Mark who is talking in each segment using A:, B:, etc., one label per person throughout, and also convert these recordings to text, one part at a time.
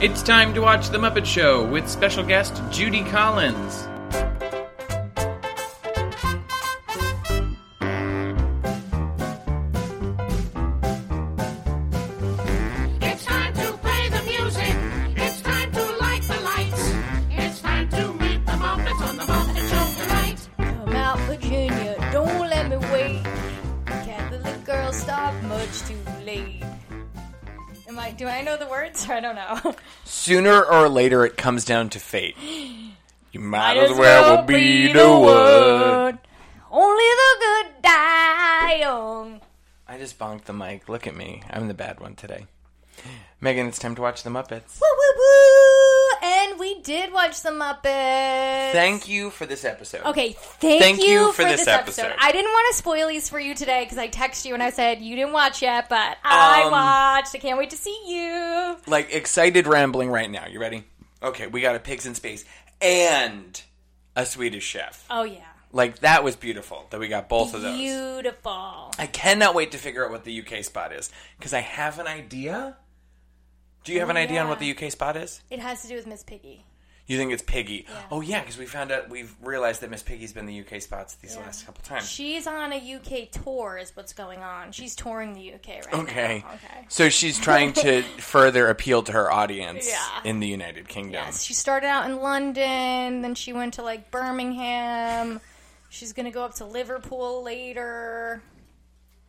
A: It's time to watch The Muppet Show with special guest Judy Collins.
B: It's time to play the music. It's time to light the lights. It's time to meet the Muppets on the Muppet Show tonight.
C: I'm out Virginia, don't let me wait. Catholic girl, stop much too late. Am I? Do I know the words? I don't know.
D: Sooner or later, it comes down to fate. You
C: Might
D: might as well, be the one.
C: one. Only the good die young.
D: I just bonked the mic. Look at me. I'm the bad one today. Megan, it's time to watch the Muppets.
C: Woo woo woo! And we did watch the Muppets.
D: Thank you for this episode.
C: Okay, thank,
D: Thank
C: you,
D: you for this episode.
C: I didn't want to spoil these for you today because I texted you and I said you didn't watch yet, but I
D: Um,
C: watched. I can't wait to see you.
D: Like excited rambling right now. You ready? Okay, we got a pigs in space and a Swedish chef.
C: Oh yeah.
D: Like that was beautiful that we got both of those.
C: Beautiful.
D: I cannot wait to figure out what the UK spot is because I have an idea. Do you have an idea on
C: yeah.
D: what the UK spot is?
C: It has to do with Miss Piggy.
D: You think it's Piggy? Oh yeah, because we found out we've realized that Miss Piggy's been the UK spots these last couple times.
C: She's on a UK tour, is what's going on. She's touring the UK right
D: Okay.
C: now. Okay.
D: So she's trying to further appeal to her audience
C: Yeah.
D: in the United Kingdom.
C: Yes, she started out in London, then she went to like Birmingham. She's gonna go up to Liverpool later.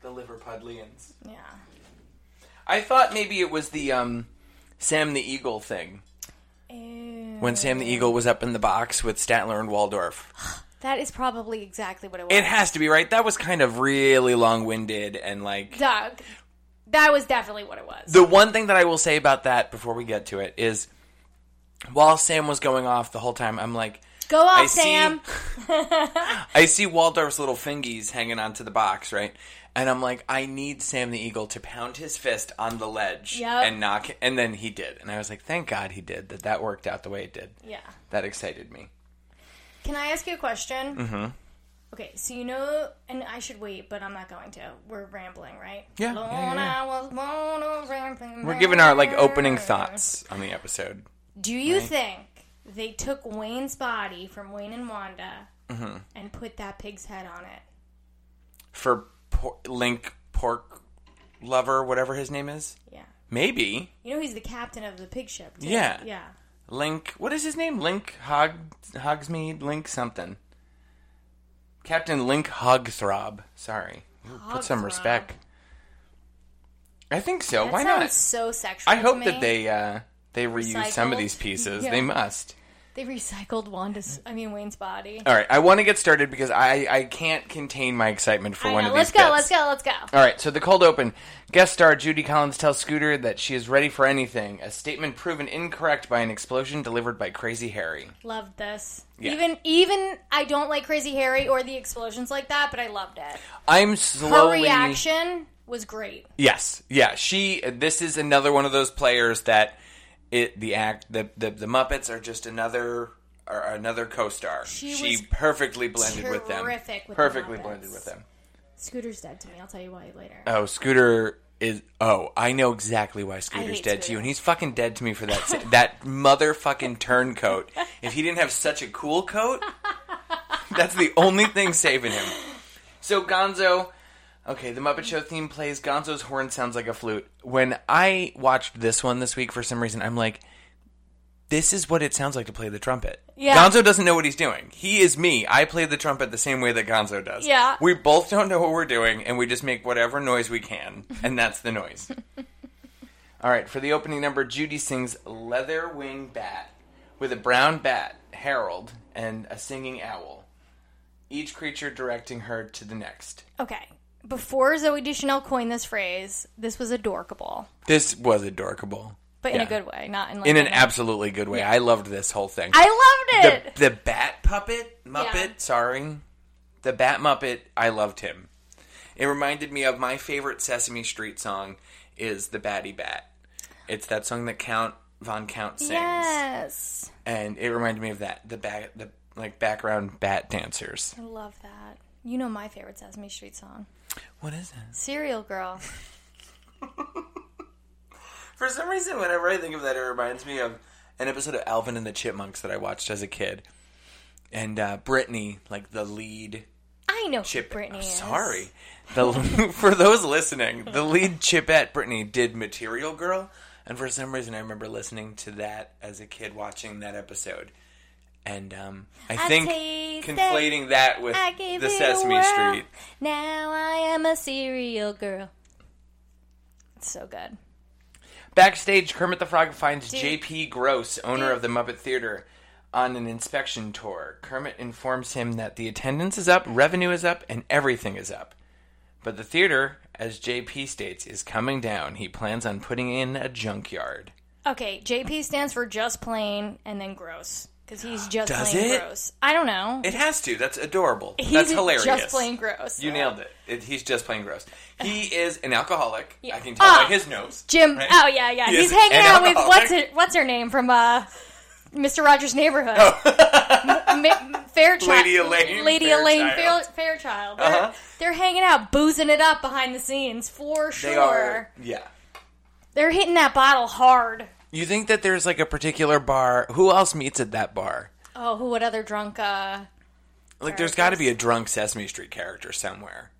D: The Liverpudlians.
C: Yeah.
D: I thought maybe it was the um, Sam the Eagle thing
C: Ew.
D: when Sam the Eagle was up in the box with Statler and Waldorf.
C: That is probably exactly what it was.
D: It has to be right. That was kind of really long-winded and like
C: Doug. That was definitely what it was.
D: the one thing that I will say about that before we get to it is while Sam was going off the whole time, I'm like
C: Go off,
D: I see-
C: Sam.
D: I see Waldorf's little fingies hanging onto the box, right? And I'm like, I need Sam the Eagle to pound his fist on the ledge
C: Yep.
D: and knock. And then he did. And I was like, thank God he did, that that worked out the way it did.
C: Yeah.
D: That excited me.
C: Can I ask you a question? Mm-hmm. Okay, so you know, and I should wait, but I'm not going to. We're rambling, right?
D: Yeah,
C: Lord,
D: yeah, yeah.
C: I was born a rambling
D: We're giving our like
C: man.
D: opening thoughts on the episode.
C: Do you think they took Wayne's body from Wayne and Wanda
D: Mm-hmm.
C: and put that pig's head on it?
D: For por- Link Pork Lover, whatever his name is?
C: Yeah.
D: Maybe.
C: You know he's the captain of the pig ship. Too.
D: Yeah.
C: Yeah.
D: Link, what is his name? Link Hog, Hogsmeade? Link something. Captain Link Hogthrob. Sorry. Ooh, Put some
C: Hogthrob.
D: respect. I think so.
C: That
D: Why
C: sounds
D: not?
C: so sexual.
D: I
C: to
D: hope
C: me.
D: that they uh, they reuse some
C: Recycled?
D: of these pieces.
C: Yeah.
D: They must.
C: they recycled Wanda's. I mean Wayne's body.
D: All right, I want to get started because I I can't contain my excitement for
C: I
D: one
C: know.
D: of
C: Let's
D: these.
C: go. Let's
D: bits.
C: go. Let's go.
D: All right, so the cold open. Guest star Judy Collins tells Scooter that she is ready for anything. A statement proven incorrect by an explosion delivered by Crazy Harry.
C: Loved this.
D: Yeah.
C: Even even I don't like Crazy Harry or the explosions like that, but I loved it.
D: I'm
C: Her
D: slowly
C: reaction was great.
D: Yes, yeah. She. This is another one of those players that it the act the the, the Muppets are just another or another co-star.
C: She
D: She,
C: was
D: perfectly blended with them.
C: terrific with the
D: perfectly
C: Muppets.
D: blended with them.
C: Scooter's dead to me. I'll tell you why later.
D: Oh, Scooter is. Oh, I know exactly why Scooter's
C: hate
D: dead to
C: Scooter.
D: you, and he's fucking dead to me for that si- that motherfucking turncoat. If he didn't have such a cool coat, that's the only thing saving him. So Gonzo, okay, the Muppet Show theme plays. Gonzo's horn sounds like a flute. When I watched this one this week, for some reason, I'm like. This is what it sounds like to play the trumpet.
C: Yeah.
D: Gonzo doesn't know what he's doing. He is me. I play the trumpet the same way that Gonzo does.
C: Yeah.
D: We both don't know what we're doing, and we just make whatever noise we can, and that's the noise. All right, for the opening number, Judy sings Leather Wing Bat with a brown bat, Harold, and a singing owl, each creature directing her to the next.
C: Okay. Before Zoe Deschanel coined this phrase, this was adorkable,
D: This was adorable.
C: but in a
D: Yeah.
C: good way, not in like
D: In an
C: a-
D: absolutely good way. I loved this whole thing.
C: I loved
D: the,
C: it.
D: the bat puppet muppet
C: Yeah.
D: sorry the bat muppet i loved him it reminded me of my favorite sesame street song is the batty bat it's that song that count von count sings
C: yes,
D: and it reminded me of that the bat the like background bat dancers
C: I love that. You know my favorite Sesame Street song,
D: what is that
C: "Serial Girl."
D: For some reason, whenever I think of that, it reminds me of an episode of Alvin and the Chipmunks that I watched as a kid. And uh, Brittany, like the lead
C: I know
D: Chip.
C: who Brittany
D: I'm
C: is.
D: sorry. The, for those listening, the lead Chipette Brittany did Material Girl, and for some reason, I remember listening to that as a kid watching that episode. And um, I
C: I
D: think
C: taste
D: conflating that with
C: I gave
D: the
C: it a
D: Sesame
C: whirl.
D: Street.
C: Now I am a cereal girl. It's so good.
D: Backstage, Kermit the Frog finds
C: Dude.
D: J.P. Gross, owner
C: Dude.
D: of the Muppet Theater, on an inspection tour. Kermit informs him that the attendance is up, revenue is up, and everything is up. But the theater, as J.P. states, is coming down. He plans on putting in a junkyard.
C: Okay, JP stands for just plain and then gross because he's just
D: Does
C: plain
D: it?
C: gross. I don't know.
D: It has to. That's adorable.
C: he's
D: That's hilarious.
C: Just plain gross.
D: You nailed it. it. He's just plain gross. He is an alcoholic.
C: Yeah.
D: I can tell
C: Ah.
D: by his nose.
C: Jim.
D: right?
C: Oh yeah, yeah.
D: He
C: he's
D: is
C: hanging
D: an
C: out with
D: alcoholic.
C: what's her, what's her name from uh, Mr. Rogers' Neighborhood. M- M- Fairchild.
D: Oh. Lady Elaine
C: Lady
D: Fairchild.
C: Elaine Fair- Fairchild. They're,
D: Uh-huh.
C: they're hanging out, boozing it up behind the scenes for sure.
D: They are. Yeah.
C: They're hitting that bottle hard.
D: You think that there's like a particular bar? Who else meets at that bar?
C: Oh, who? What other drunk? uh
D: Like, there's got to be a drunk Sesame Street character somewhere.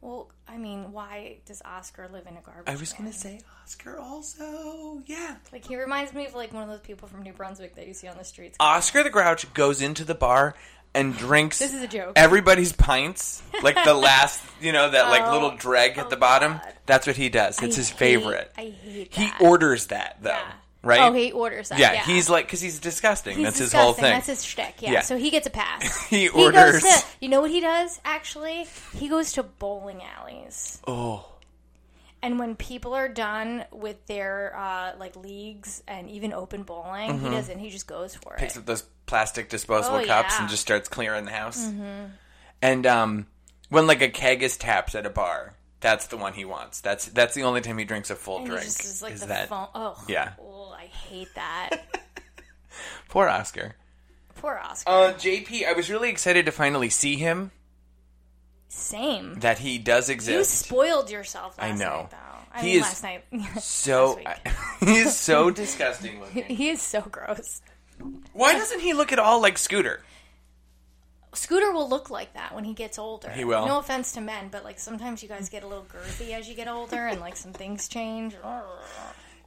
C: Well, I mean, why does Oscar live in a garbage?
D: I was
C: can?
D: gonna say Oscar also. Yeah.
C: Like he reminds me of like one of those people from New Brunswick that you see on the streets.
D: Oscar the Grouch goes into the bar and drinks.
C: This is a joke.
D: Everybody's pints, like the last, you know, that like
C: Oh,
D: little dreg at
C: oh
D: the bottom.
C: God.
D: That's what he does. It's
C: I
D: his
C: hate-
D: favorite.
C: I hate
D: He
C: that.
D: orders that though,
C: Yeah.
D: right?
C: Oh, he orders that.
D: yeah,
C: Yeah,
D: he's like because he's disgusting.
C: He's
D: That's his whole
C: disgusting.
D: thing.
C: That's his shtick. Yeah.
D: Yeah.
C: So he gets a pass.
D: He
C: goes
D: orders-
C: to- you know what he does? Actually, he goes to bowling alleys.
D: oh,
C: And when people are done with their uh, like leagues and even open bowling, he doesn't. He just goes for
D: Mm-hmm. picks
C: it.
D: up those plastic disposable
C: Oh,
D: cups
C: yeah. Mm-hmm.
D: and just starts clearing the house. And um, when like a keg is tapped at a bar, that's the one he wants. That's that's the only time he drinks a full
C: And
D: drink.
C: He just is like
D: is
C: the
D: that
C: phone. Oh,
D: Yeah.
C: Oh, I hate that.
D: poor Oscar?
C: Poor Oscar.
D: Uh, JP, I was really excited to finally see him.
C: Same.
D: That he does
C: You
D: exist.
C: spoiled yourself. Last
D: I know.
C: Night, though. I
D: He
C: mean,
D: is
C: last night.
D: so
C: last week.
D: he is so disgusting looking.
C: he is so gross.
D: Why doesn't he look at all like Scooter?
C: Scooter will look like that when he gets older.
D: He will.
C: No offense to men, but like sometimes you guys get a little girthy as you get older, and like some things change.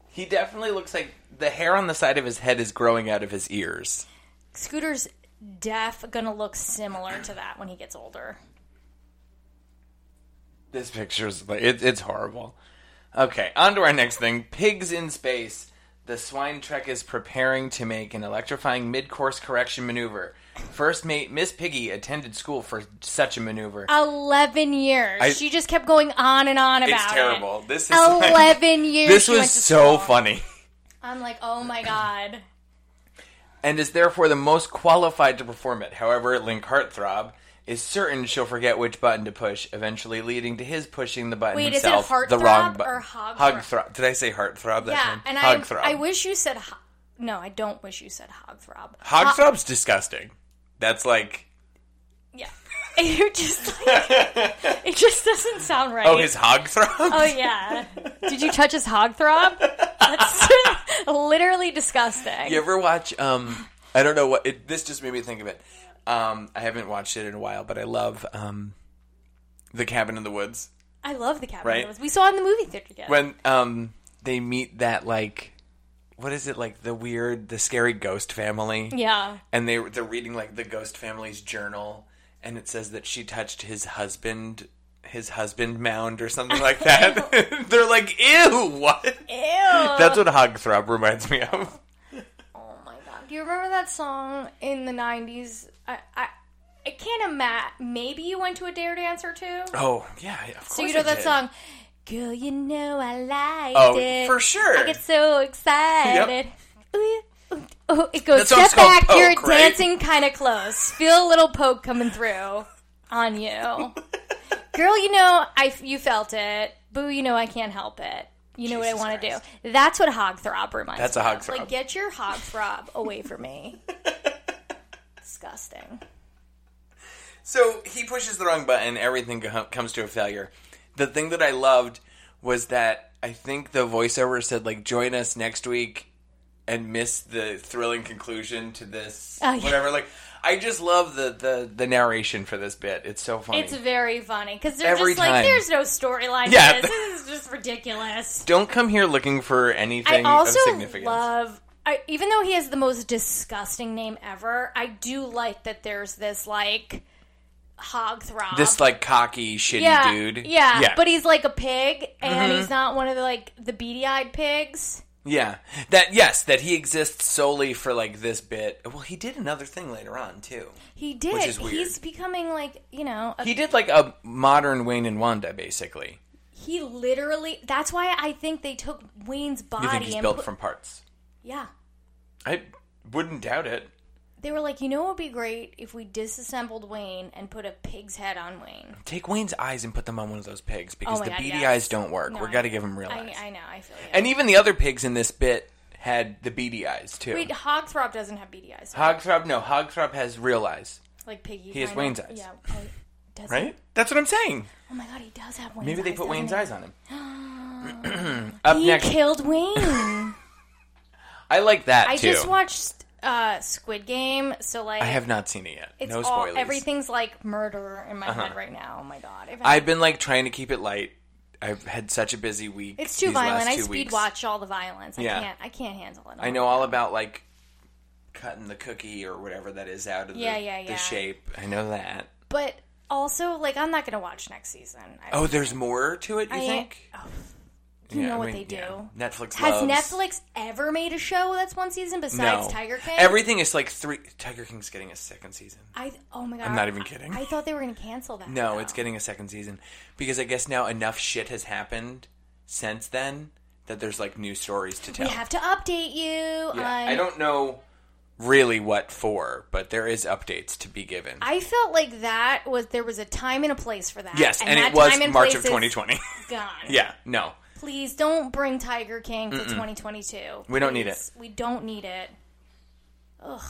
D: He definitely looks like the hair on the side of his head is growing out of his ears.
C: Scooter's deaf gonna look similar to that when he gets older.
D: This picture's like it, it's horrible. Okay, on to our next thing. Pigs in space. The swine trek is preparing to make an electrifying mid-course correction maneuver. First mate Miss Piggy attended school for such a maneuver.
C: Eleven years.
D: I-
C: she just kept going on and on about
D: it's
C: it.
D: terrible. This is like-
C: Eleven years.
D: this
C: she went
D: was
C: to
D: so
C: school.
D: funny.
C: I'm like, oh my god.
D: and is therefore the most qualified to perform it. However, Link Heartthrob is certain she'll forget which button to push, eventually leading to his pushing the button
C: Wait, is it
D: himself. the
C: Heartthrob
D: wrong button.
C: or Hogthrob?
D: Hogthrob. Did I say Heartthrob that
C: Yeah,
D: time?
C: and I,
D: Hogthrob.
C: I wish you said. Ho- no, I don't wish you said hogthrob. Ho-
D: Hogthrob's disgusting. That's like
C: yeah, you just like, it just doesn't sound right.
D: oh his hogthrob.
C: Oh, yeah. Did you touch his hogthrob? That's literally disgusting.
D: You ever watch? Um, I don't know what it, this just made me think of it. Um, I haven't watched it in a while, but I love um, the Cabin in the Woods.
C: I love the cabin.
D: Right?
C: doors. We saw it in the movie theater together.
D: when um they meet that like what is it like the weird the scary ghost family
C: yeah.
D: and they they're reading like the ghost family's journal and it says that she touched his husband his husband mound or something like that they're like ew what
C: Ew.
D: that's what hogthrob reminds me of
C: oh my god. Do you remember that song in the '90s? I I, I can't imagine. Maybe you went to a dare dance or two.
D: oh yeah of
C: So you
D: course
C: know that
D: I did.
C: song, "Girl, you know I liked
D: Oh,
C: it."
D: for sure.
C: I get so excited. Ooh, ooh, ooh. It goes
D: That song's
C: step back,
D: called Oh,
C: you're
D: Poke, right?
C: dancing kind of close. Feel a little poke coming through on you, girl. You know I, you felt it. Boo, you know I can't help it. You know
D: Jesus
C: what I want to
D: Christ.
C: do. That's what hogthrob reminds
D: That's
C: me.
D: a
C: of.
D: hogthrob.
C: Like get your hogthrob away from me. Disgusting.
D: So he pushes the wrong button, everything co- comes to a failure. The thing that I loved was that I think the voiceover said like join us next week and miss the thrilling conclusion to this
C: Oh, yeah.
D: whatever. Like I just love the, the the narration for this bit. It's so funny.
C: It's very funny because they're
D: Every
C: just like,
D: time.
C: "There's no storyline. to
D: Yeah.
C: this. this is just ridiculous."
D: Don't come here looking for
C: I
D: anything
C: also
D: of significance.
C: love, I, even though he has the most disgusting name ever, I do like that there's this like hogthrob.
D: this like cocky shitty
C: yeah,
D: dude. Mm-hmm.
C: Yeah, but he's like a pig, and he's not one of the like the beady-eyed pigs.
D: Yeah. That yes, that he exists solely for like this bit. Well, he did another thing later on too.
C: He did.
D: Which is weird.
C: He's becoming like you know. A,
D: He
C: he,
D: did like a modern Wayne and Wanda basically.
C: literally. That's why I think they took Wayne's body
D: You think he's
C: and
D: built
C: put-
D: from parts?
C: yeah.
D: I wouldn't doubt it.
C: They were like, you know, what would be great if we disassembled Wayne and put a pig's head on Wayne.
D: Take Wayne's eyes and put them on one of those pigs because
C: Oh my
D: the
C: God,
D: beady
C: yes.
D: eyes don't work.
C: No,
D: We're
C: I
D: got to
C: know.
D: give him real
C: I,
D: eyes.
C: I know. I feel you.
D: And even the other pigs in this bit had the beady eyes too.
C: Wait, Hogthrob doesn't have beady eyes. right?
D: Hogthrob, no, Hogthrob has real eyes,
C: like Piggy.
D: he has
C: kinda.
D: Wayne's eyes.
C: Yeah. I, does he?
D: right? That's what I'm saying.
C: Oh my god, he does have Wayne's
D: Maybe
C: eyes.
D: they put Wayne's
C: doesn't
D: eyes on him. Up
C: he? He
D: next,
C: killed Wayne.
D: I like that
C: I
D: too.
C: just watched uh, Squid Game, so like
D: I have not seen it yet.
C: it's
D: no
C: all
D: spoilers. Uh-huh.
C: everything's like murder in my head right now. Oh my god. If I,
D: I've been like trying to keep it light. I've had such a busy week.
C: it's too
D: these last
C: violent. I
D: two
C: speed
D: weeks.
C: watch all the violence. I
D: Yeah.
C: can't I can't handle it.
D: I know all about like cutting the cookie or whatever that is out of
C: Yeah,
D: the,
C: yeah, yeah.
D: the shape. I know that.
C: But also like I'm not gonna watch next season. I,
D: Oh, there's more to it. You
C: I-
D: think?
C: oh, you
D: Yeah,
C: know
D: I
C: what
D: mean,
C: they do.
D: yeah. Netflix
C: Has
D: loves-
C: Netflix ever made a show that's one season besides
D: No.
C: Tiger King?
D: Everything is like three. Tiger King's getting a second season.
C: I oh my god.
D: I'm not even kidding.
C: I thought they were going to cancel that.
D: No,
C: though.
D: it's getting a second season because I guess now enough shit has happened since then that there's like new stories to tell.
C: We have to update you
D: Yeah,
C: on.
D: I don't know really what for, but there is updates to be given.
C: I felt like that was there was a time and a place for that.
D: yes, and,
C: that
D: it was
C: time and
D: March
C: place
D: of
C: is
D: 2020.
C: Gone.
D: yeah, no.
C: Please don't bring Tiger King to 2022.
D: We don't need
C: Please. We don't need it. Ugh.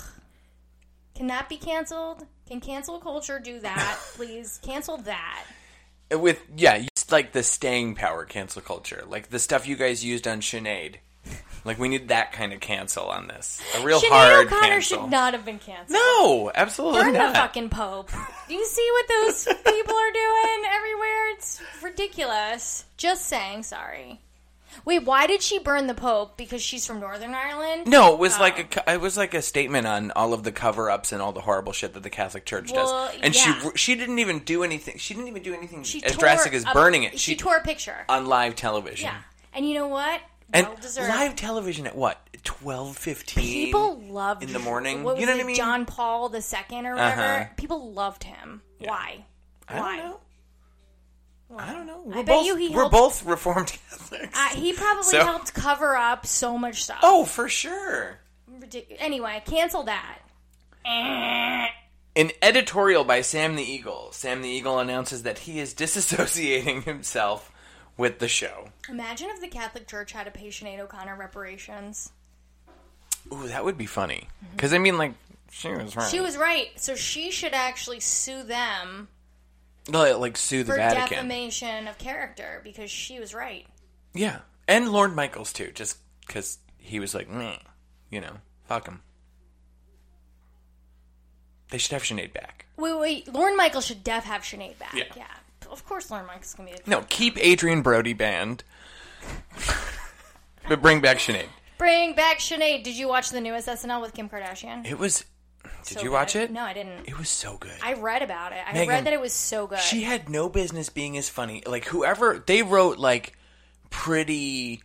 C: Can that be canceled? Can cancel culture do that? Please cancel that.
D: With yeah, it's like the staying power cancel culture, like the stuff you guys used on Sinead. Like we need that kind of cancel on this. A real
C: Sinead
D: hard
C: O'Connor
D: cancel.
C: should not have been canceled.
D: no, absolutely
C: Burn
D: not.
C: the fucking Pope. Do you see what those people are doing everywhere? It's ridiculous. Just saying, sorry. Wait, why did she burn the Pope? Because she's from Northern Ireland?
D: No, it was like a co- it was like a statement on all of the cover ups and all the horrible shit that the Catholic Church
C: Well,
D: does. And
C: yeah.
D: she she didn't even do anything. She didn't even do anything
C: She
D: as
C: tore
D: drastic as
C: a-
D: burning it.
C: She, tore a picture.
D: on live television.
C: yeah. And you know what?
D: And
C: well deserved.
D: live television at what? 12:15.
C: People loved
D: in the morning.
C: What was
D: You know
C: it,
D: what I mean?
C: John Paul II or whatever.
D: Uh-huh.
C: People loved him. Why?
D: I don't
C: Why?
D: know. I don't know. We're
C: bet
D: both
C: you he
D: we're
C: helped-
D: both reformed Catholics.
C: Uh, he probably
D: So-
C: helped cover up so much stuff.
D: oh, for sure.
C: Ridic- anyway, cancel that.
D: An editorial by Sam the Eagle. Sam the Eagle announces that he is disassociating himself with the show.
C: Imagine if the Catholic Church had to pay Sinead O'Connor reparations.
D: Ooh, that would be funny. Because I mean, like she was right.
C: Mm-hmm. She was right, so she should actually sue them
D: like, like sue the
C: for
D: Vatican.
C: defamation of character because she was right.
D: Yeah, and Lord Michaels too, just because he was like, Meh, you know, fuck him. They should have Sinead back.
C: Wait, wait, Lauren Michaels should def have Sinead back. Yeah,
D: Yeah.
C: of course Lauren Michaels can be. The-
D: No, keep Adrian Brody banned, but bring back Sinead.
C: Bring back Sinead. Did you watch the newest SNL with Kim Kardashian?
D: It was. Did
C: So
D: you
C: good.
D: watch it?
C: No, I didn't.
D: It was so good.
C: I read about it. I
D: Megan,
C: read that it was so good.
D: She had no business being as funny. Like whoever they wrote, like pretty,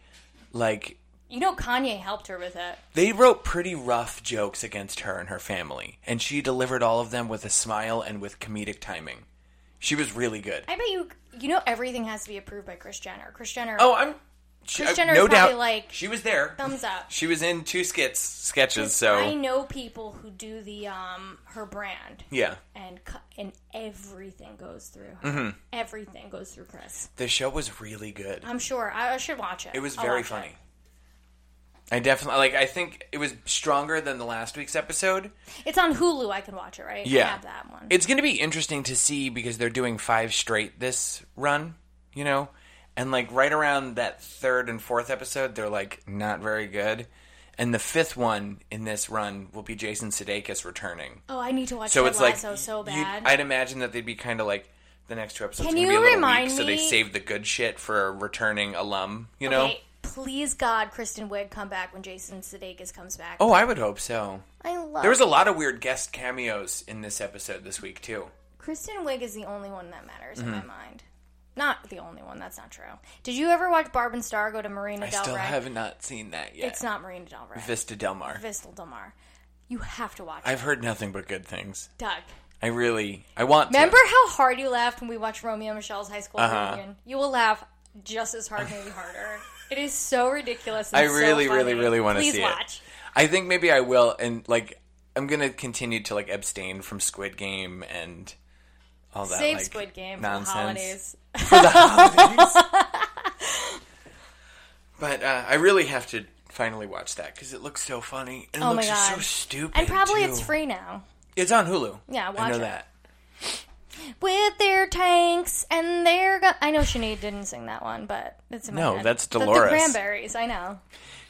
D: like
C: you know, Kanye helped her with it.
D: They wrote pretty rough jokes against her and her family, and she delivered all of them with a smile and with comedic timing. She was really good.
C: I bet you. You know, everything has to be approved by Chris Jenner. Chris Jenner.
D: oh, I'm she,
C: Kris
D: I-
C: Jenner
D: no
C: is probably
D: doubt.
C: like,
D: she was there.
C: thumbs up.
D: She was in two skits, sketches.
C: I
D: So
C: know people who do the um her brand.
D: yeah,
C: and cu- and everything goes through. her.
D: Mm-hmm.
C: Everything goes through Chris.
D: the show was really good.
C: I'm sure I, I should watch it.
D: It was
C: I'll
D: very
C: watch
D: funny.
C: it.
D: I definitely like. I think it was stronger than the last week's episode.
C: It's on Hulu. I can watch it, right? I have that one.
D: It's going to be interesting to see because they're doing five straight this run, you know, And like right around that third and fourth episode, they're like not very good. And the fifth one in this run will be Jason Sudeikis returning.
C: Oh, I need to watch
D: So
C: Ted
D: it's like
C: Lasso so
D: you-
C: bad.
D: I'd imagine that they'd be kind of like the next two episodes.
C: Can
D: are gonna
C: you
D: be a little
C: remind
D: weak, So they
C: me-
D: saved the good shit for a returning alum. You know?
C: Okay, please God, Kristen Wiig come back when Jason Sudeikis comes back.
D: Oh, I would hope so.
C: I love.
D: There was a lot of weird guest cameos in this episode this week too.
C: Kristen Wiig is the only one that matters in
D: Mm-hmm.
C: my mind. Not the only one. That's not true. Did you ever watch Barb and Star go to Marina
D: I
C: Del
D: still
C: Rey?
D: have not seen that yet.
C: It's not Marina Del Rey.
D: Vista Del Mar.
C: Vistal Del Mar. You have to watch it.
D: I've heard nothing but good things.
C: Doug.
D: I really, I want.
C: Remember
D: To.
C: how hard you laughed when we watched Romeo and Michelle's high school
D: Uh-huh.
C: reunion? You will laugh just as hard, maybe harder. It is so ridiculous. And
D: I
C: so
D: really,
C: funny.
D: really, really want to
C: Please
D: see
C: watch.
D: it. I think maybe I will, and like, I'm gonna continue to like abstain from Squid Game and all that.
C: Save
D: like,
C: Squid Game
D: nonsense.
C: for the holidays.
D: For the holidays. but uh, I really have to finally watch that because it looks so funny and it
C: Oh my
D: looks just so
C: God.
D: stupid.
C: And probably it's
D: too.
C: free now.
D: It's on Hulu.
C: Yeah,
D: I
C: watch
D: know
C: it.
D: that.
C: With their tanks and their. Gu- I know Sinead didn't sing that one, but it's in my
D: No,
C: head.
D: that's
C: The-
D: Dolores.
C: The, Cranberries, I know.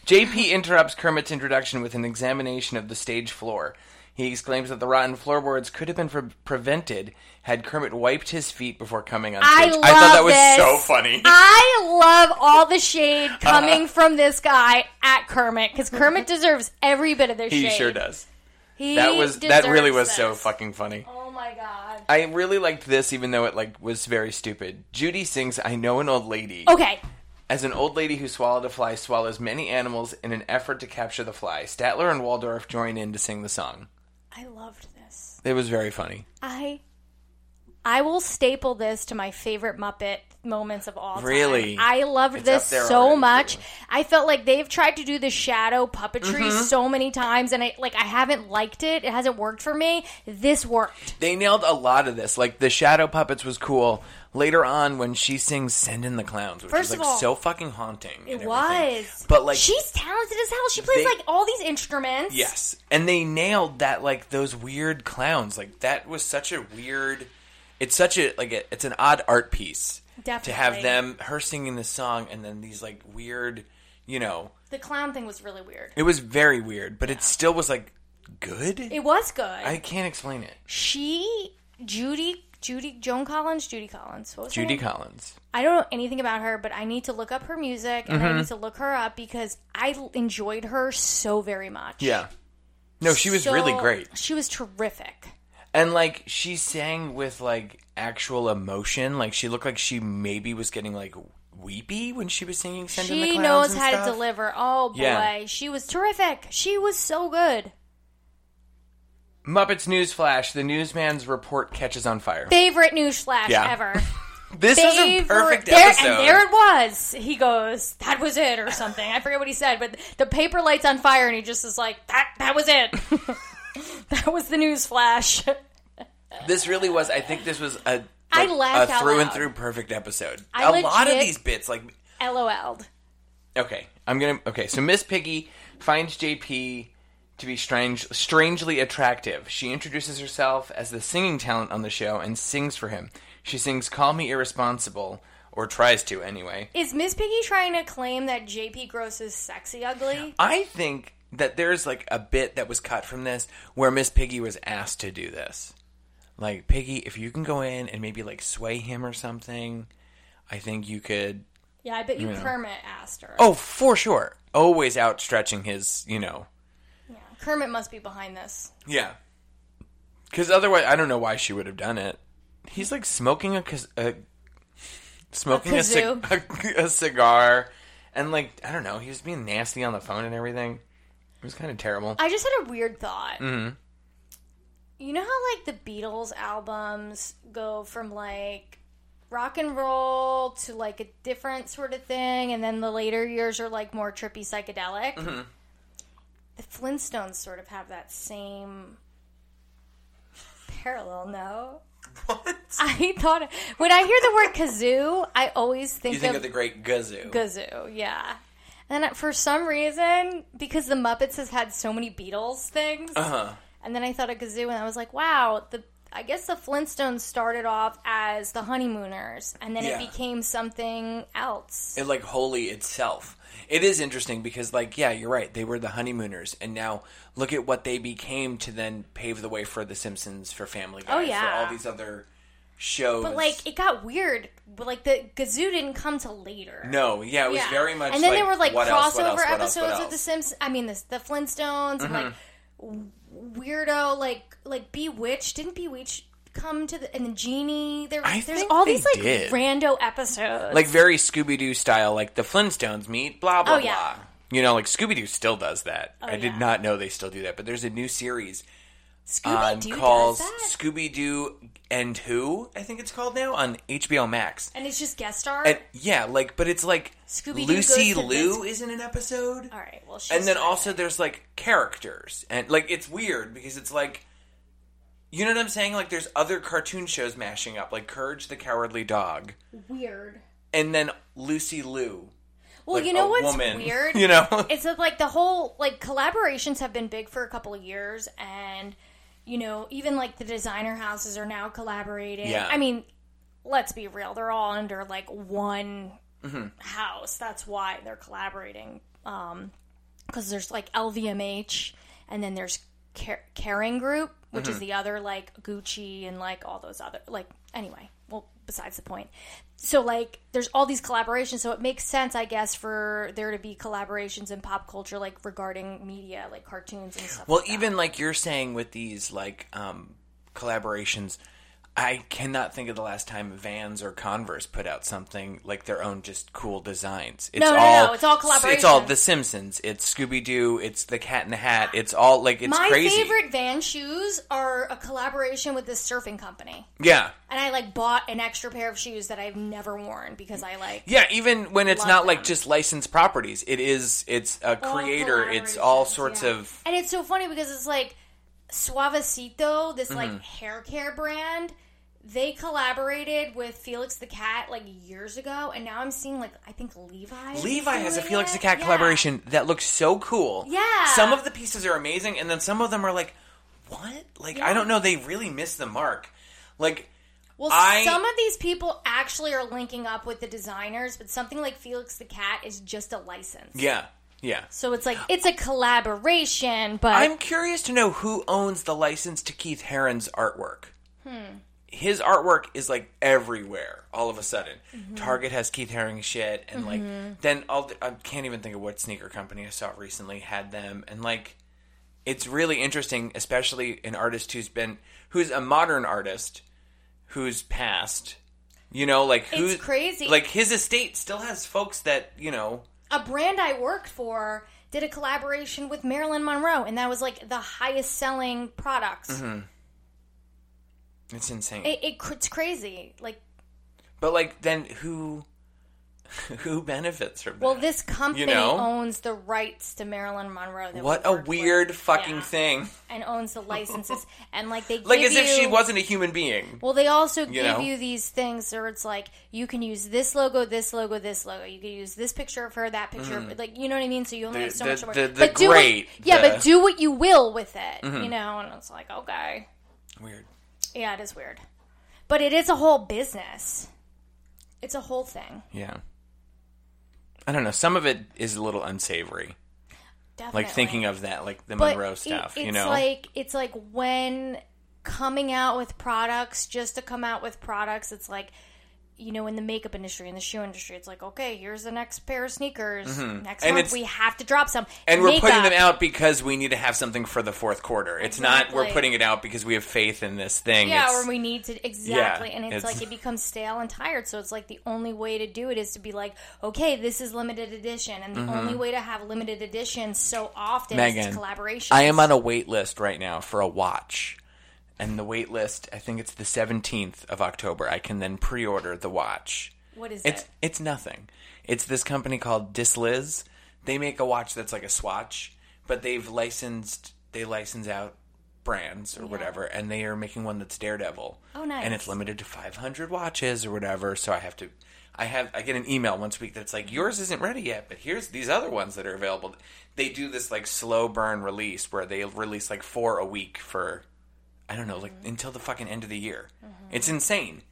D: JP interrupts Kermit's introduction with an examination of the stage floor. He exclaims that the rotten floorboards could have been pre- prevented had Kermit wiped his feet before coming on
C: I
D: stage.
C: love
D: thought that was
C: this.
D: so funny. Uh-huh.
C: I love all the shade coming from this guy at Kermit because Kermit deserves every bit of this
D: he
C: shade.
D: sure does.
C: He
D: That was that really
C: deserves
D: was so
C: this.
D: fucking funny.
C: Oh my god.
D: I really liked this, even though it like was very stupid. Judy sings "I Know an Old Lady"
C: Okay.
D: as an old lady who swallowed a fly swallows many animals in an effort to capture the fly. Statler and Waldorf join in to sing the song.
C: I loved this.
D: It was very funny.
C: I I will staple this to my favorite Muppet moments of all time.
D: Really?
C: I loved
D: It's
C: this
D: up there
C: so
D: already,
C: much.
D: too.
C: I felt like they've tried to do the shadow puppetry
D: Mm-hmm.
C: so many times and I like I haven't liked it. It hasn't worked for me. This worked.
D: they nailed a lot of this. Like the shadow puppets was cool. Later on, when she sings "Send in the Clowns," which
C: First
D: is
C: of
D: like
C: all,
D: so fucking haunting. and
C: It
D: everything.
C: was.
D: but like
C: she's talented as hell. She plays
D: They-
C: like all these instruments.
D: yes, and they nailed that. Like those weird clowns. Like that was such a weird. It's such a like a, it's an odd art piece to
C: Definitely.
D: have them her singing this song and then these like weird. You know,
C: The clown thing was really weird.
D: it was very weird, but it still was like good.
C: It was good.
D: I can't explain it.
C: she Judy Judy Joan Collins Judy Collins what was her
D: Judy
C: name?
D: Collins.
C: I don't know anything about her but I need to look up her music and
D: Mm-hmm.
C: I need to look her up because I l- enjoyed her so very much
D: Yeah. No, she was
C: So-
D: really great.
C: she was terrific
D: And like she sang with like actual emotion. Like she looked like she maybe was getting like weepy when she was singing. Send in the
C: she
D: Clowns
C: knows
D: and
C: how
D: stuff.
C: to deliver oh boy
D: Yeah.
C: she was terrific she was so good
D: Muppets news flash: The newsman's report catches on fire.
C: favorite newsflash
D: Yeah.
C: ever
D: this is a
C: favorite
D: perfect
C: there,
D: episode.
C: and there it was he goes that was it or something i forget what he said but the paper lights on fire and he just is like that that was it that was the news flash
D: this really was. I think this was a
C: I
D: like,
C: laughed
D: a
C: out
D: through and
C: loud.
D: through perfect episode.
C: I
D: A lot of
C: legit-
D: these bits, like
C: lol'd
D: okay, I'm gonna okay. So Miss Piggy finds JP to be strange, strangely attractive. She introduces herself as the singing talent on the show and sings for him. She sings "Call Me Irresponsible" or tries to anyway.
C: is miss piggy trying to claim that jp gross is sexy ugly
D: I think that there's like a bit that was cut from this where Miss Piggy was asked to do this. Like Piggy, if you can go in and maybe like sway him or something, I think you could.
C: yeah i bet you kermit asked her
D: Oh, for sure. Always outstretching his, you know,
C: yeah. kermit must be behind this
D: Yeah. Because otherwise, I don't know why she would have done it. He's like smoking a, cas- a smoking a, cig- a, a cigar, and like I don't know, he was being nasty on the phone and everything. It was kind of terrible.
C: I just had a weird thought.
D: Mm-hmm.
C: You know how like the Beatles albums go from like rock and roll to like a different sort of thing, and then the later years are like more trippy psychedelic.
D: Mm-hmm.
C: The Flintstones sort of have that same parallel. No,
D: What?
C: I thought when I hear the word kazoo, I always think,
D: You think of the Great Gazoo?
C: Gazoo, yeah. And for some reason, because the Muppets has had so many Beatles things,
D: uh-huh.
C: and then I thought of Kazoo, and I was like, wow, the I guess the Flintstones started off as the Honeymooners, and then
D: Yeah.
C: it became something else.
D: it like wholly itself. It is interesting because like yeah, you're right. They were the honeymooners and now look at what they became to then pave the way for the Simpsons for Family Guy
C: Oh,
D: for
C: yeah.
D: all these other shows.
C: but like it got weird. But like the Gazoo didn't come till later.
D: no, yeah, it was
C: Yeah.
D: very much
C: And then
D: like,
C: there were like
D: what
C: crossover
D: else, what else, what else,
C: episodes
D: what
C: with the
D: else?
C: Simpsons. I mean, the, the Flintstones, and, like w-
D: Mm-hmm.
C: weirdo, like like Bewitched. Didn't Bewitched come to the and the genie? There,
D: I
C: there's
D: think
C: all
D: they
C: these like
D: did.
C: rando episodes.
D: like very Scooby Doo style, like the Flintstones meet blah blah
C: Oh, yeah. Oh,
D: blah. You know, like Scooby Doo still does that. I did
C: yeah.
D: not know they still do that, but there's a new series um,
C: Scooby Doo
D: called
C: does that,
D: Scooby Doo and Who, I think it's called now on HBO Max.
C: and it's just guest star.
D: And yeah, like, but it's like
C: Scooby-Doo
D: Lucy
C: goes to
D: Lou
C: Vince-
D: is in an episode,
C: all right, well, she's
D: and then also there's like characters, and like it's weird because it's like, you know what I'm saying? Like, there's other cartoon shows mashing up, like Courage the Cowardly Dog,
C: weird.
D: and then Lucy Lou.
C: Well,
D: like,
C: you know
D: a
C: what's
D: woman,
C: weird?
D: You know,
C: it's that, like the whole like collaborations have been big for a couple of years and you know even like the designer houses are now collaborating
D: Yeah.
C: i mean let's be real they're all under like one house that's why they're collaborating um because there's like lvmh and then there's Car- caring group which
D: Mm-hmm.
C: is the other like gucci and like all those other like anyway well besides the point so like there's all these collaborations so it makes sense i guess for there to be collaborations in pop culture like regarding media like cartoons and stuff
D: Well, e-,
C: like that.
D: even like you're saying with these like um, collaborations, I cannot think of the last time Vans or Converse put out something like their own just cool designs. It's
C: No, no,
D: all,
C: no, it's all
D: It's all
C: collaboration.
D: The Simpsons. It's Scooby Doo. It's The Cat in the Hat. It's all like it's
C: my
D: crazy.
C: favorite van shoes are a collaboration with this surfing company
D: yeah.
C: and i like bought an extra pair of shoes that i've never worn because i like
D: Yeah, even when it's
C: Love
D: not like
C: them.
D: just licensed properties, it is. It's a
C: all
D: creator. It's all
C: collaborations,
D: sorts
C: yeah.
D: of
C: And it's so funny because it's like Suavecito, this
D: Mm-hmm.
C: like hair care brand, they collaborated with Felix the Cat like years ago, and now I'm seeing like I think Levi. is
D: Levi has a
C: doing
D: Felix the
C: it.
D: Cat
C: Yeah.
D: collaboration that looks so cool.
C: Yeah.
D: Some of the pieces are amazing, and then some of them are like, what? Like, I don't know. They really missed the mark. Like,
C: Well,
D: I-
C: some of these people actually are linking up with the designers, but something like Felix the Cat is just a license.
D: yeah. Yeah.
C: So it's like it's a collaboration, but
D: I'm curious to know who owns the license to Keith Heron's artwork. His artwork is like everywhere all of a sudden. Target has Keith Herring shit, and like, then all the, I can't even think of what sneaker company I saw recently had them, and like, it's really interesting, especially an artist who's been who's a modern artist who's passed. You know, like who's
C: crazy.
D: Like his estate still has folks that you know.
C: a brand I worked for did a collaboration with Marilyn Monroe, and that was like the highest selling products.
D: Mm-hmm. It's insane.
C: It, it it's crazy. Like,
D: but like, then who who benefits from that?
C: well, this company
D: You know?
C: owns the rights to Marilyn Monroe. That we
D: What a
C: worked with.
D: weird fucking
C: Yeah.
D: thing.
C: And owns the licenses, and like they
D: Like
C: give
D: as if she
C: you-
D: wasn't a human being.
C: Well, they also give
D: know?
C: you these things where it's like you can use this logo, this logo, this logo. You can use this picture of her, that picture, of like you know what I mean. So you only
D: Mm. The-
C: have so much.
D: the-
C: more.
D: the- the
C: but do what-
D: great,
C: yeah,
D: the- Mm-hmm.
C: but do what you will with it, you know. And it's like okay,
D: Weird.
C: yeah, it is weird, but it is a whole business. It's a whole thing,
D: Yeah. I don't know. Some of it is a little unsavory.
C: definitely.
D: Like thinking of that, like the
C: But
D: Monroe
C: it-
D: stuff,
C: it's
D: you know?
C: like it's like when coming out with products just to come out with products. It's like you know, in the makeup industry, in the shoe industry, it's like okay, here's the next pair of sneakers. Next
D: Mm-hmm. And
C: month
D: it's-
C: we have to drop some,
D: and we're putting
C: Makeup.
D: them out because we need to have something for the fourth quarter. It's not we're
C: Exactly.
D: putting it out because we have faith in this thing.
C: Yeah,
D: It's-
C: or we need to exactly, and it's,
D: it's-
C: like it becomes stale and tired. So it's like the only way to do it is to be like, okay, this is limited edition, and the only way to have limited edition so often is
D: Mm-hmm. Megan,
C: to collaboration.
D: I am on a wait list right now for a watch. And the wait list, I think it's the 17th of October. I can then pre order the watch.
C: What is
D: It's
C: it?
D: it's nothing. It's this company called Disliz. They make a watch that's like a swatch, but they've licensed they license out brands or whatever, and they are making one that's Daredevil.
C: Oh, nice.
D: And it's limited to 500 watches or whatever. So I have to, I have I get an email once a week that's like yours isn't ready yet, but here's these other ones that are available. They do this like slow burn release where they release like four a week for I don't know, like
C: Mm-hmm.
D: until the fucking end of the year. It's insane.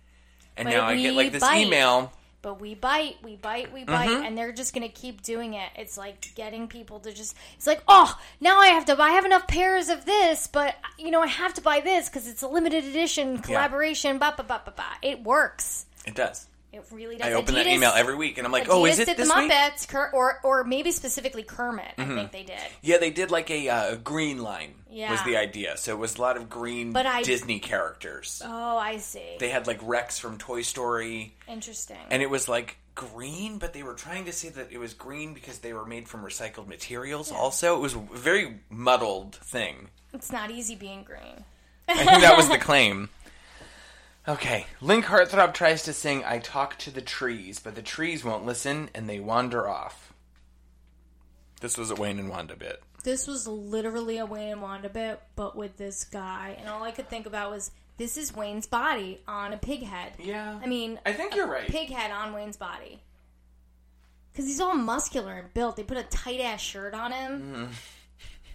D: And
C: But
D: now I get
C: we
D: like this
C: bite.
D: email.
C: But we bite, we bite, we bite,
D: Mm-hmm.
C: and they're just gonna keep doing it. It's like getting people to just. It's like, oh, now I have to. I have enough pairs of this, but you know I have to buy this because it's a limited edition collaboration. Ba ba ba ba ba. It works.
D: It does.
C: It really does.
D: I open that
C: Adidas-
D: email every week and I'm like, oh,
C: Adidas
D: is it
C: did
D: this
C: the
D: week? Mm-hmm.
C: Muppets, Ker- or or maybe specifically Kermit? I think they did.
D: Yeah, they did like a, uh, a green line was
C: Yeah.
D: the idea. So it was a lot of green
C: But I-
D: Disney characters.
C: Oh, I see.
D: They had like Rex from Toy Story,
C: Interesting.
D: and it was like green, but they were trying to say that it was green because they were made from recycled materials. Also, it was a very muddled thing.
C: it's not easy being green.
D: I think that was the claim. Okay, Link Heartthrob tries to sing "I Talk to the Trees," but the trees won't listen, and they wander off. This was a Wayne and Wanda bit.
C: This was literally a Wayne and Wanda bit, but with this guy, and all I could think about was this is Wayne's body on a pig head.
D: Yeah.
C: I mean,
D: I think
C: a
D: you're right.
C: Pig head on Wayne's body. Because he's all muscular and built. They put a tight ass shirt on him.
D: Mm.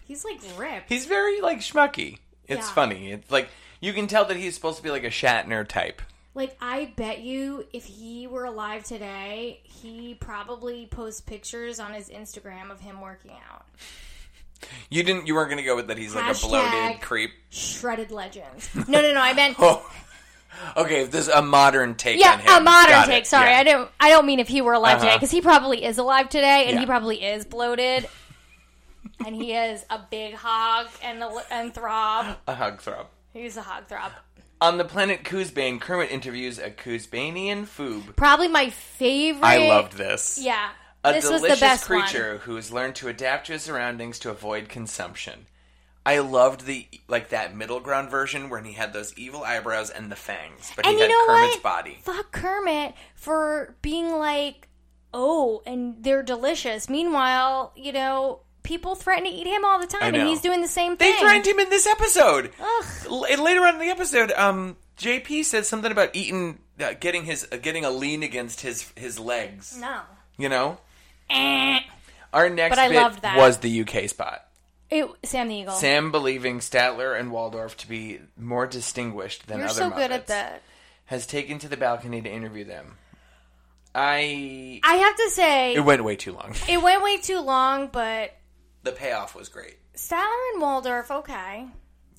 C: He's like ripped.
D: He's very like schmucky. It's
C: Yeah.
D: funny. It's like you can tell that he's supposed to be like a Shatner type.
C: Like, I bet you if he were alive today, he probably posts pictures on his Instagram of him working out.
D: You didn't. You weren't gonna go with that. He's like a
C: Hashtag-
D: bloated creep.
C: Shredded legend. No, no, no. I meant.
D: Oh. Okay, this is a modern take on
C: Yeah, a
D: him.
C: modern
D: Got it.
C: take. Sorry,
D: Yeah.
C: I don't. I don't mean if he were alive today,
D: Uh-huh.
C: because he probably is alive today, and
D: Yeah.
C: he probably is bloated, and he is a big hog and a, and throb.
D: A hug throb.
C: He's a hog throb.
D: On the planet Kuzbane, Kermit interviews a Kuzbanian foob.
C: Probably my favorite.
D: I loved this.
C: Yeah,
D: A
C: this was
D: delicious
C: the best
D: creature who has learned to adapt to his surroundings to avoid consumption. I loved the like that middle ground version where he had those evil eyebrows and the fangs, but
C: one. And
D: he had
C: you know
D: Kermit's
C: what?
D: body.
C: Fuck Kermit for being like, oh, and they're delicious. Meanwhile, you know, people threaten to eat him all the time,
D: know.
C: and he's doing the same
D: They
C: thing.
D: threatened him in this episode.
C: Ugh.
D: L- later on in the episode, um, JP said something about eating, uh, getting his, uh, getting a lean against his his legs.
C: No.
D: You know,
C: Eh.
D: our next
C: But I
D: bit
C: loved that.
D: was the UK spot.
C: It, Sam the Eagle.
D: Sam believing Statler and Waldorf to be more distinguished than
C: You're
D: other
C: so good
D: Muppets,
C: at that.
D: has taken to the balcony to interview them. I
C: I have to say,
D: it went way too long.
C: It went way too long, but
D: the payoff was great.
C: Statler and Waldorf, okay.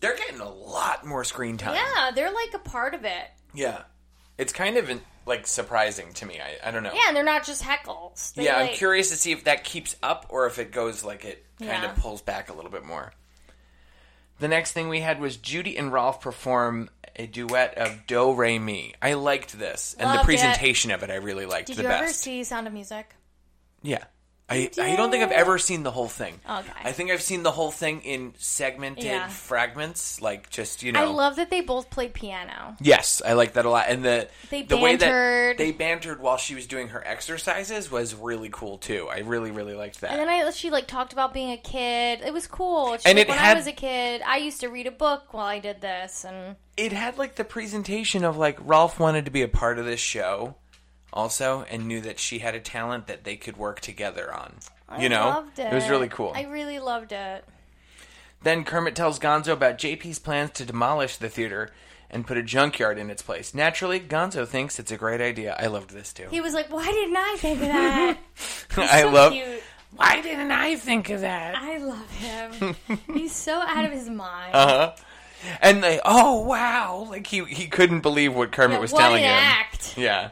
D: They're getting a lot more screen time.
C: Yeah, they're like a part of it.
D: Yeah. It's kind of like surprising to me. I, I don't know.
C: Yeah, and they're not just heckles. They,
D: Yeah, I'm
C: like-
D: curious to see if that keeps up or if it goes like it kind
C: Yeah.
D: of pulls back a little bit more. The next thing we had was Judy and Rolf perform a duet of Do Re Mi. I liked this, and the
C: Loved it.
D: presentation of it I really liked
C: Did
D: the
C: you
D: best.
C: ever see Sound of Music?
D: yeah. I, I don't think I've ever seen the whole thing.
C: Okay.
D: I think I've seen the whole thing in segmented
C: Yeah.
D: fragments, like just you know.
C: I love that they both played piano.
D: Yes, I like that a lot. And the
C: They
D: the way that
C: bantered.
D: they bantered while she was doing her exercises was really cool too. I really really liked that.
C: And then I, she like talked about being a kid. It was cool. She's
D: And
C: like,
D: it
C: when
D: had-
C: I was a kid, I used to read a book while I did this, and
D: it had like the presentation of like Rolf wanted to be a part of this show also and knew that she had a talent that they could work together on.
C: I
D: you know?
C: loved it.
D: was really cool.
C: I really loved it.
D: Then Kermit tells Gonzo about JP's plans to demolish the theater and put a junkyard in its place. Naturally, Gonzo thinks it's a great idea. I loved this too.
C: He was like, "Why didn't I think of that?"
D: I
C: so
D: love
C: cute.
D: Why didn't I think of that?
C: I love him. He's so out of his mind.
D: Uh, And they oh wow, like he he couldn't believe what Kermit
C: Yeah,
D: was
C: what
D: telling
C: an
D: him.
C: act.
D: Yeah.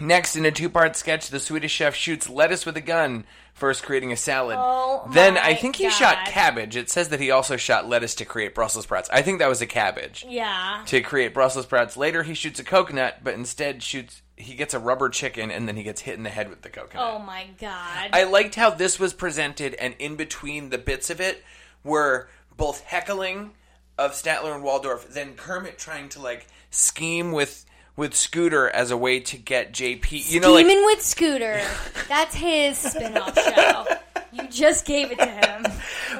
D: Next, in a two part sketch, the Swedish chef shoots lettuce with a gun, first creating a salad.
C: Oh
D: then
C: my
D: I think he shot
C: God.
D: cabbage. It says that he also shot lettuce to create Brussels sprouts. I think that was a cabbage.
C: Yeah.
D: To create Brussels sprouts. Later, he shoots a coconut, but instead shoots. He gets a rubber chicken and then he gets hit in the head with the coconut.
C: Oh my god.
D: I liked how this was presented, and in between the bits of it were both heckling of Statler and Waldorf, then Kermit trying to like scheme with with Scooter as a way to get JP. You know, like
C: Demon with Scooter. That's his spin-off show. You just gave it to him.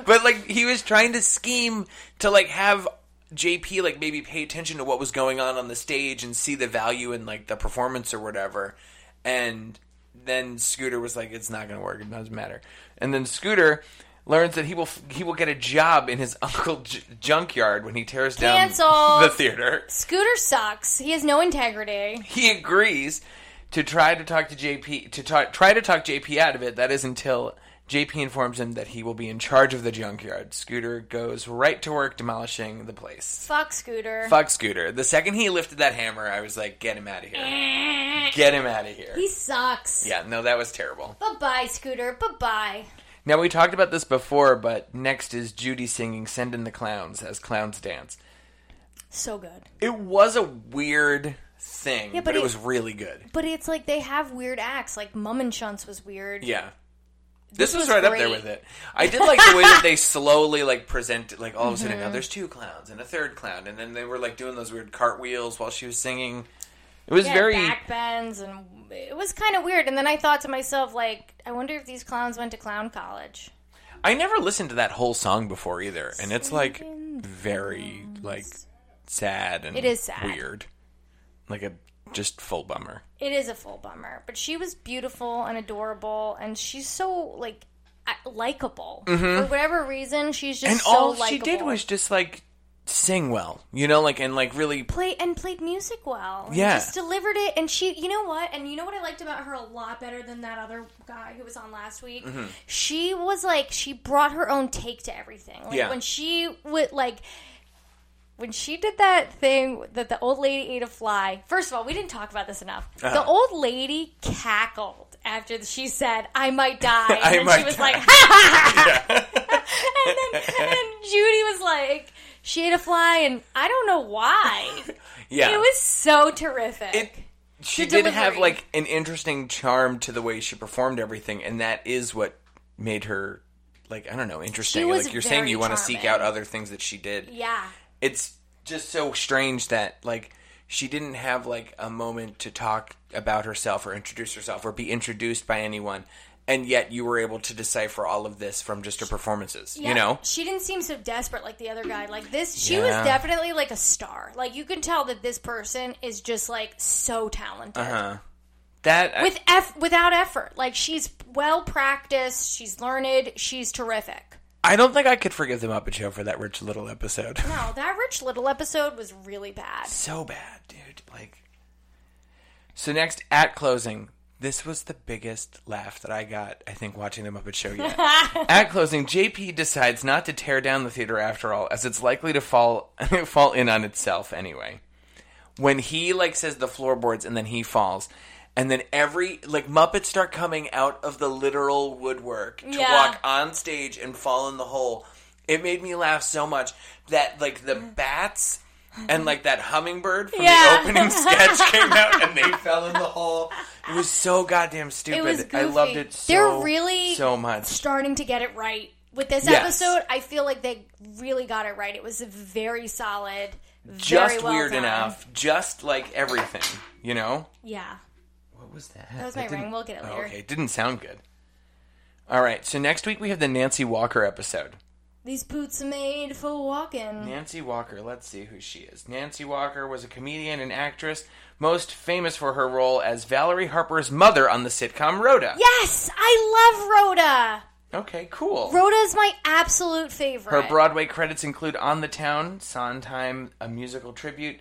D: but like he was trying to scheme to like have JP like maybe pay attention to what was going on on the stage and see the value in like the performance or whatever. And then Scooter was like, "It's not going to work. It doesn't matter." And then Scooter learns that he will f- he will get a job in his uncle j- junkyard when he tears down
C: Canceled.
D: the theater.
C: Scooter sucks. He has no integrity.
D: He agrees to try to talk to JP to ta- try to talk JP out of it. That is until JP informs him that he will be in charge of the junkyard. Scooter goes right to work demolishing the place.
C: Fuck Scooter.
D: Fuck Scooter. The second he lifted that hammer, I was like, get him out of here. Get him out of here.
C: He sucks.
D: Yeah, no, that was terrible.
C: Bye bye, Scooter. Bye bye.
D: Now, we talked about this before, but next is Judy singing Send in the Clowns as Clowns Dance.
C: So good.
D: It was a weird thing,
C: Yeah,
D: but,
C: but
D: it,
C: it-
D: was really good.
C: But it's like they have weird acts. Like Mum and Shunts was weird.
D: Yeah. This, was,
C: was
D: right up there
C: great.
D: with it. I did like the way that they slowly like presented like all of a sudden
C: Mm-hmm.
D: now there's two clowns and a third clown and then they were like doing those weird cartwheels while she was singing. It was
C: Yeah,
D: very
C: back bends and it was kind of weird. And then I thought to myself, like, I wonder if these clowns went to clown college.
D: I never listened to that whole song before either, and it's like very like sad and
C: It is sad.
D: weird, like a just full bummer.
C: It is a full bummer, but she was beautiful and adorable, and she's so like a- likable for whatever reason. She's just
D: Mm-hmm. and
C: so
D: all she
C: likable.
D: did was just like sing well, you know, like and like really.
C: play and played music well. and
D: Yeah.
C: just delivered it. And she, you know what? And you know what I liked about her a lot better than that other guy who was on last week.
D: Mm-hmm.
C: She was like she brought her own take to everything. Like
D: Yeah.
C: when she would like. When she did that thing that the old lady ate a fly, first of all, we didn't talk about this enough.
D: Uh-huh.
C: The old lady cackled after she said, "I might die," and
D: I
C: then
D: might
C: she was
D: die.
C: like, "Ha ha ha!" and then and Judy was like, "She ate a fly," and I don't know why.
D: Yeah,
C: It was so terrific.
D: It- she
C: the
D: did have
C: delivery.
D: like an interesting charm to the way she performed everything, and that is what made her like I don't know interesting.
C: was
D: like you're saying,
C: very
D: you want to seek
C: charming.
D: out other things that she did.
C: yeah.
D: it's just so strange that like she didn't have like a moment to talk about herself or introduce herself or be introduced by anyone and yet you were able to decipher all of this from just her performances
C: yeah.
D: you know
C: She didn't seem so desperate like the other guy. Like this she was
D: Yeah.
C: definitely like a star. Like you can tell that this person is just like so talented.
D: Uh-huh. that I-
C: With eff- without effort. Like she's well practiced, she's learned, she's terrific.
D: I, don't think i could forgive the muppet show for that rich little episode
C: No, that Rich Little episode was really bad.
D: so bad dude like so next at closing this was the biggest laugh that I got, I think, watching the Muppet Show yet. At closing, JP decides not to tear down the theater after all, as it's likely to fall fall in on itself anyway. When he like says the floorboards and then he falls, and then every like Muppets start coming out of the literal woodwork to
C: Yeah.
D: walk on stage and fall in the hole. It made me laugh so much that like the bats and like that hummingbird
C: Mm-hmm.
D: from
C: Yeah.
D: the opening sketch came out and they fell in the hole. It was so goddamn stupid.
C: It was
D: I loved
C: goofy.
D: it so
C: They're really
D: so much.
C: starting to get it right with this
D: Yes.
C: episode. I feel like they really got it right. It was very solid,
D: just
C: very well
D: weird
C: done.
D: enough, just like everything, you know?
C: Yeah,
D: What was that?
C: that was my
D: didn't-
C: ring. We'll get it
D: Oh,
C: later.
D: okay, it didn't sound good. All right, so next week we have the Nancy Walker episode.
C: These boots are made for walking.
D: Nancy Walker, let's see who she is. Nancy Walker was a comedian and actress, most famous for her role as Valerie Harper's mother on the sitcom Rhoda.
C: Yes, I
D: Okay, cool.
C: love Rhoda. Rhoda's my absolute favorite.
D: Her Broadway credits include On the Town, Sondheim, a musical tribute,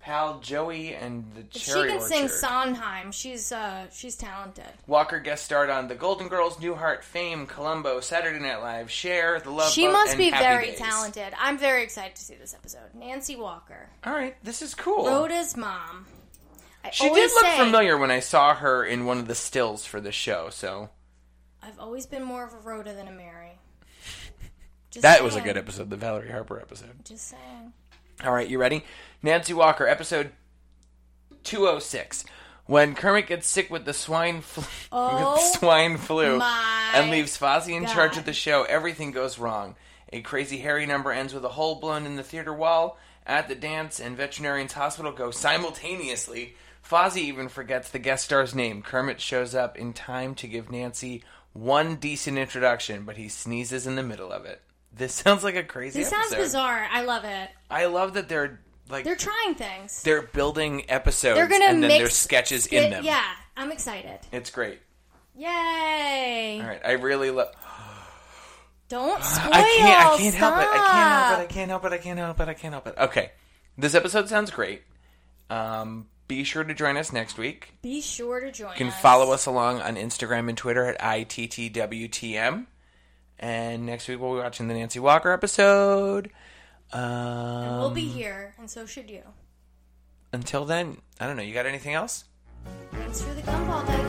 D: Pal Joey, and the
C: she
D: Cherry
C: can
D: Orchard.
C: sing Sondheim. She's uh, she's talented.
D: Walker guest starred on The Golden Girls, Newhart, Fame, Columbo, Saturday Night Live, Share, The Love
C: She
D: Boat,
C: must
D: and
C: be
D: Happy
C: very
D: Days.
C: talented. I'm very excited to see this episode. Nancy Walker,
D: All right, this is cool.
C: Rhoda's mom. I
D: Oh. she did
C: always
D: look
C: say-
D: familiar when I saw her in one of the stills for the show, so
C: I've always been more of a Rhoda than a Mary. Just
D: that was a
C: saying.
D: good episode, the Valerie Harper episode.
C: Just saying.
D: All right, you ready? Nancy Walker, episode 206. When Kermit gets sick with the swine flu,
C: Oh
D: with swine flu
C: my
D: and leaves Fozzie in charge of
C: God.
D: the show, everything goes wrong. A crazy Harry number ends with a hole blown in the theater wall. At the dance and veterinarian's hospital go simultaneously. Fozzie even forgets the guest star's name. Kermit shows up in time to give Nancy one decent introduction, but he sneezes in the middle of it. This sounds like a crazy.
C: This sounds
D: episode.
C: bizarre. I love it.
D: I love that they're like
C: They're trying things.
D: they're building episodes
C: They're gonna
D: and then
C: mix
D: there's sketches
C: It-
D: in them.
C: Yeah, I'm excited.
D: It's great.
C: Yay!
D: All right. I really love
C: Don't spoil.
D: I can't. I can't help it.
C: stop.
D: I can't help it. I can't help it. I can't help it. I can't help it. Okay, this episode sounds great. Um, be sure to join us next week.
C: Be sure to join.
D: You can follow us along on Instagram and Twitter at ITTWTM. And next week we'll be watching the Nancy Walker episode. Um,
C: We'll be here, and so should you.
D: until then, I don't know. You got anything else?
C: Thanks for the gumball, Doug.